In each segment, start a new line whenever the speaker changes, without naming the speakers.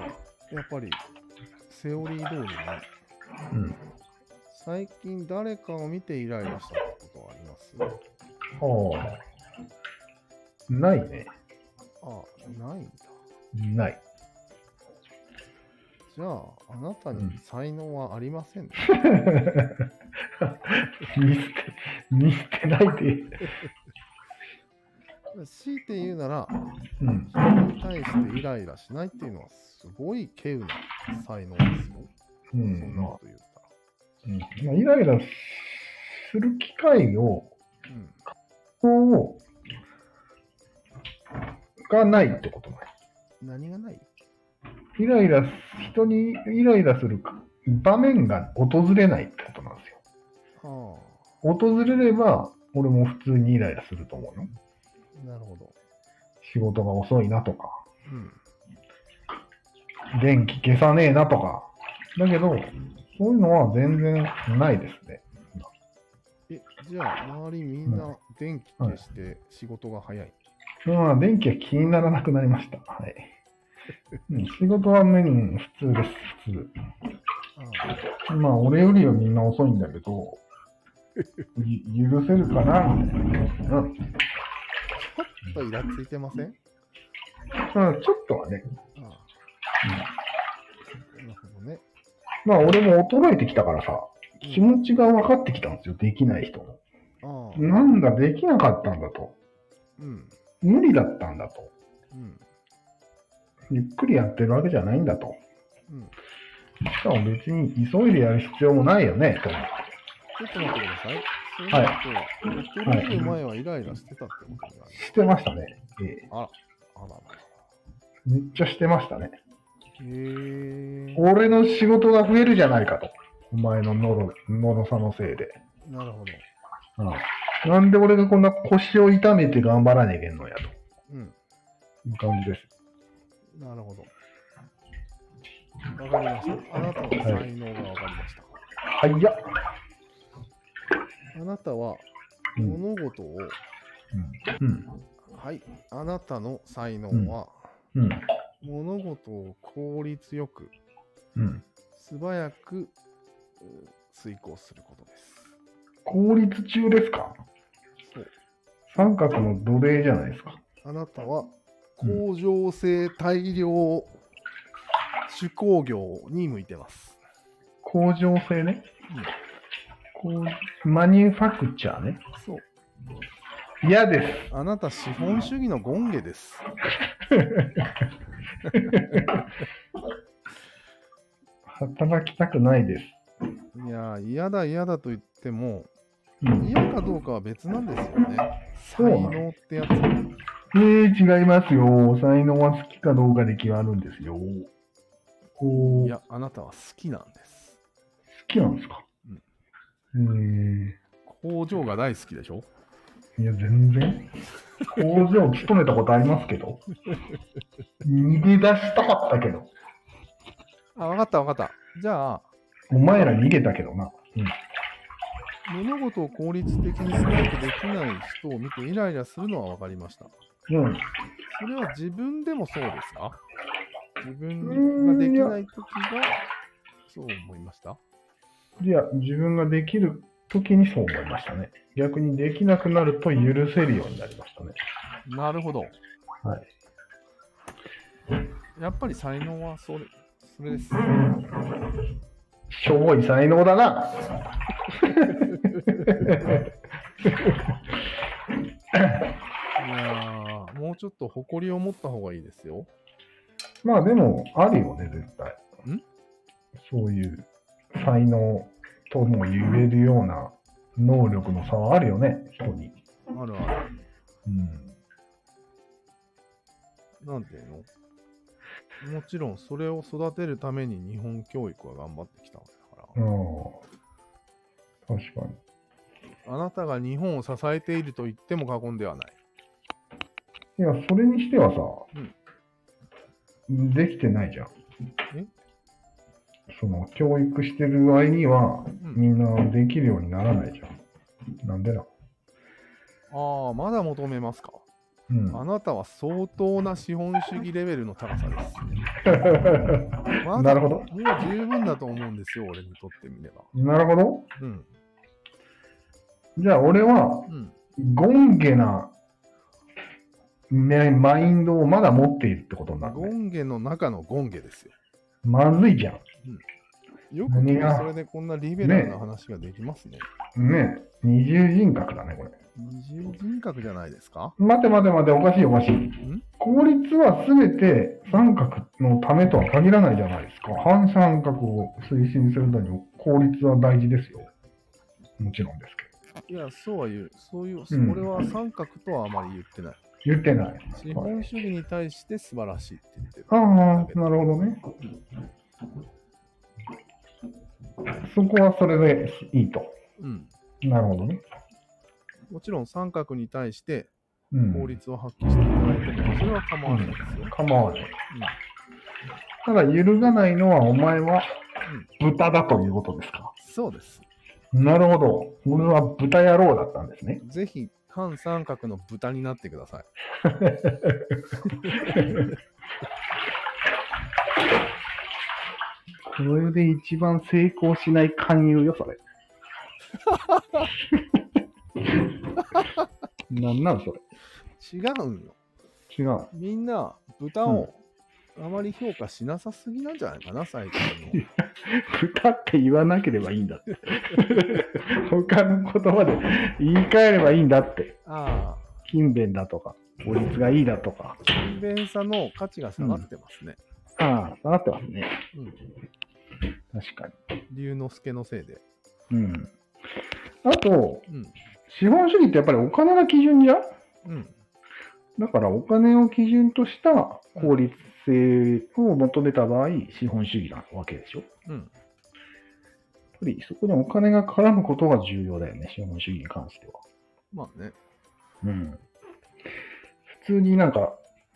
っぱりセオリー通りね、
うん。
最近誰かを見てイライラしたことはあります
はあ。ないね。
あ、ないんだ。
ない。
じゃあ、あなたに才能はありませんね。
見捨て、見捨てないで。
強いて言うなら、
うん。
人に対してイライラしないっていうのはすごい稀有な才能ですよ。
う
そん
ん。
な
まあ
こ、と言ったら。
うんまあ、イライラする機会を、
うん。
こう、がないってことね。
何がない
イライラ、人にイライラする場面が訪れないってことなんですよ。
あ
訪れれば、俺も普通にイライラすると思うよ。
あ、なるほど。
仕事が遅いなとか、
うん。
電気消さねえなとか。だけど、そういうのは全然ないですね。
え、じゃあ、周りみんな電気消して仕事が早い。
まあ、電気は気にならなくなりました。はい。うん仕事はメニュー普通です、普通。まあ、俺よりはみんな遅いんだけど、ゆ許せるかなみたいな。うん。
ああ、ちょっとイラついてません
うんちょっとはね。
ああ。なるほどね。
まあ、俺も衰えてきたからさ、気持ちが分かってきたんですよ。できない人も。
ああ。
なんだ、できなかったんだと。
うん。
無理だったんだと。
うん。
ゆっくりやってるわけじゃないんだと。
うん。
しかも別に急いでやる必要もないよね、と。
ちょっと待ってください。そうなると、
はい
衰える前はイライラしてたってことになる。
してましたね。ええ
あららら。
めっちゃしてましたね。
へえ。
俺の仕事が増えるじゃないかと。お前ののろ、のろさのせいで。
なるほど。
うん。なんで俺がこんな腰を痛めて頑張らねえけんのや、と
うん。
いう感じです。
なるほど。わかりました。あなたの才能がわかりました。
はいや。
あなたは
うん
物事を、
うん。
はい、あなたの才能は、
うん。
物事を効率よく、
うん。
素早くうん遂行することです。
効率中ですか
そう。
三角の奴隷じゃないですか。
あなたは工場性大量手工業に向いてます。
工場性ね。こうマニュファクチャーね。
そう。
嫌です。
あなた資本主義の権下です。
働きたくないです。
いやー、嫌だ嫌だと言っても、
うん、
嫌かどうかは別なんですよね。
う
才
なの
能ってやつ。
えー、違いますよ。才能は好きかどうかで決まるんですよ。こ
い
う好
や、あなたは好きなんです。
きなんですか、うん、え
工場が大好きでしょ
ー、いや、全然。工場勤めたことありますけど。逃げ出したかったけど。
あ、わかったわかった。じゃあ、
お前ら逃げたけどな。うん
物事を効率的にすごくできない人を見てイライラするのはわかりました。
うん。
それは自分でもそうですか自分ができないときが、そう思いました。
いや、自分ができる時にそう思いましたね。逆にできなくなると許せるようになりましたね。
なるほど。。
はい
やっぱり才能はそれ、それです。
しょぼい才能だな。
いやーもうちょっと誇りを持った方がいいですよ。
まあでも、あるよね、絶対。
ん
そういう才能とも言えるような能力の差はあるよね、人に。
あるある。
うん。
なんていうのもちろんそれを育てるために日本教育は頑張ってきたわけだか
あ
ら。
あ。確かに。
あなたが日本を支えていると言っても過言ではない。
いや、それにしてはさ、できてないじゃん。
え
その、教育してる割には、
ん
みんなできるようにならないじゃん。なんでだ
ああ、まだ求めますか
うん。
あなたは相当な資本主義レベルの高さです。まだ
なるほど
もう十分だと思うんですよ、俺にとってみれば。
なるほど。
うん。
じゃあ、俺は、
うん。
ゴンゲな、ね、マインドをまだ持っているってことになる、
ゴ
ね。
ンゲの中のゴンゲですよ。
まずいじゃん。
よく君それでこんなリベラルな話ができますね。
ねえ二重人格だね、これ。
二重人格じゃないですか
待て待て待て、おかしいおかしい
ん。
効率はすべて三角のためとは限らないじゃないですか。反三角を推進するのに効率は大事ですよ。もちろんです
いや、そうは言う。そういう、
うん
それは三角とはあまり言ってない。
けど。言ってない。
資本主義に対して素晴らしいって言ってる。
ああ、なるほどね。そこはそれでいいと。
うん。
なるほどね。
もちろん三角に対して
うん。
効率を発揮していただいても、それは構わないですよ。
構わない。ただ揺るがないのはお前は豚だということですか。
そうです。
なるほど。俺は豚野郎だったんですね。
ぜひ、半三角の豚になってください。
これで一番成功しない勧誘よ、それ。なんなんそれ。
違うんよ。
違う。
みんな、豚をあまり評価しなさすぎなんじゃないかな、最近の。
豚って言わなければいいんだって。他の言葉で言い換えればいいんだって。
ああ、
勤勉だとか、効率がいいだとか。
勤勉さの価値が下がってますね。
ああ、下がってますね。
うん。
確か
龍之介のせいで。
に。うん。あと、
うん。
資本主義ってやっぱりお金が基準じゃん
うん。
だからお金を基準とした効率性を求めた場合、資本主義なわけでしょ。やっ
うん。
ぱりそこにお金が絡むことが重要だよね、資本主義に関しては。
まあね。
うん。普通になんか、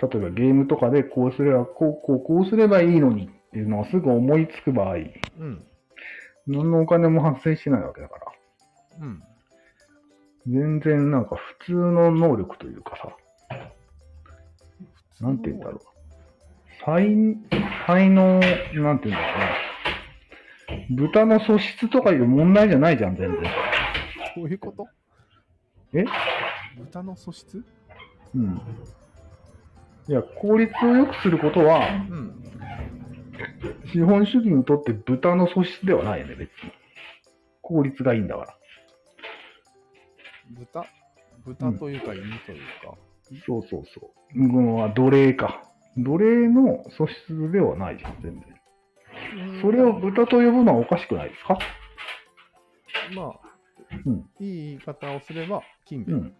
例えばゲームとかでこうすれば、こう、こう、こうすればいいのにっていうのをすぐ思いつく場合、
うん。
何のお金も発生しないわけだか
う
ら、
ん。
全然なんか普通の能力というかさ、なんて言うんだろう。才、才能、なんて言うんだろうな。豚の素質とかいう問題じゃないじゃん、全然。
どういうこと
え
豚の素質
うん。いや、効率を良くすることは、
うん。
資本主義にとって豚の素質ではないよね、別に。効率がいいんだから。
豚豚というか犬というか。
そうそうそう。うん、は奴隷か。奴隷の素質ではないじゃん、全然。それを豚と呼ぶのはおかしくないですか
まあ、
うん
いい言い方をすれば、勤
う
勉、
ん。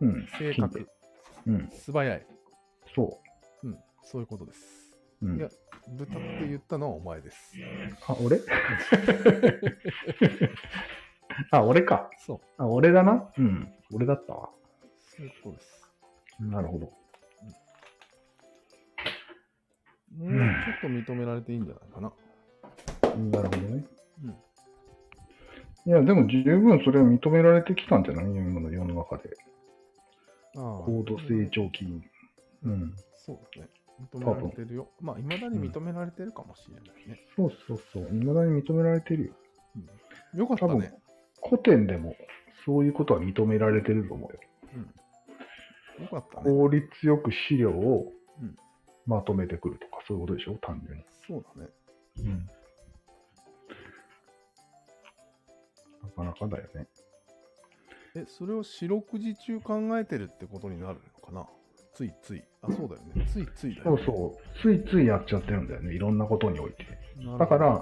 うん。
正
勤
確、
勉うん。
素早い、
そ
うん、そういうことです。
う。うん
いや。豚って言ったのはお前です。
あ、俺 あ、俺か。
そう、
あ、俺だな。うん。俺だったわ。
そういうことです。
なるほど。
もうち
ん
ょっと認められていいんじゃないかな。
なるほどね。
うん
いや、でも十分それを認められてきたんじゃない今の世の中で。
ああ
高度成。長期に。うん。
そうですね。認められてるよ。まあ、いまだに認められてるかもしれないね。
そうそうそう。未だに認められてるよ。
よかった
多
ね
分。古典でもそういうことは認められてると思うよ。
よかったね。
効率よく資料を
うん
まとめてくるとか、そういうことでしょ単純に。
そうだね。
うんなかなかだよね。
え、それを四六時中考えてるってことになるのかなついつい。あ、そうだよね。ついついだ
そ
よ、
う
ね。
そう。ついついやっちゃってるんだよね。いろんなことにおいて。
なるほど
だから、、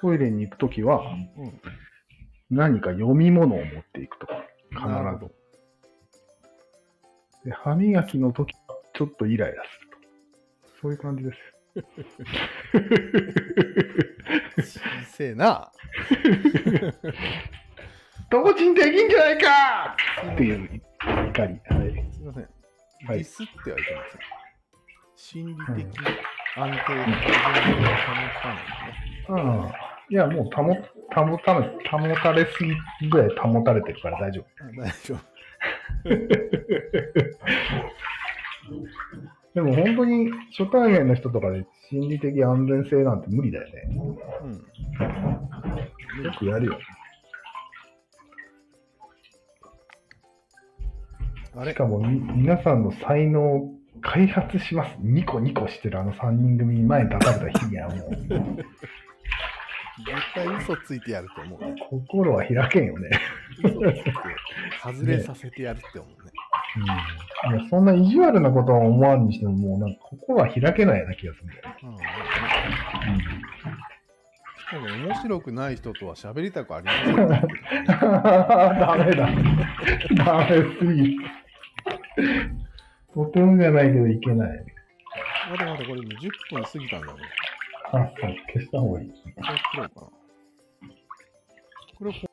トイレに行くときは、
うん、
何か読み物を持っていくとか、必
なるほど。
ず。で歯磨きのときは、ちょっとイライラすると。そういう感じです。
小せえな。
同人できんじゃないかっていう怒り。はい。
すみません。
は
ディ
い。
スってはいけません。心理的安定の基準を保たないね。
うん。いや、もう保、保たれ、保たれすぎぐらい保たれてるから大丈夫。
あ大丈夫。
でも本当に初対面の人とかで心理的安全性なんて無理だよね。
うん。
よくやるよ。
あれ
しかもみ皆さんの才能を開発します。ニコニコしてるあの3人組に前に立たれた日にはもう
絶対嘘ついてやると思うね。
心は開けんよね。
嘘ついて、外れさせてやるって思うね。
うん、いやそんな意地悪なことは思わんにしても、もうなんか心は開けないような気がするんだよね。
うん。しかも面白くない人とは喋りたくありませんって言ってね
ダメだ。ダメすぎる。とてもじゃないけどいけない。
まだまだこれもう10分過ぎたんだよね。
あ、そう、消した方がいい。
どうしようかな。これ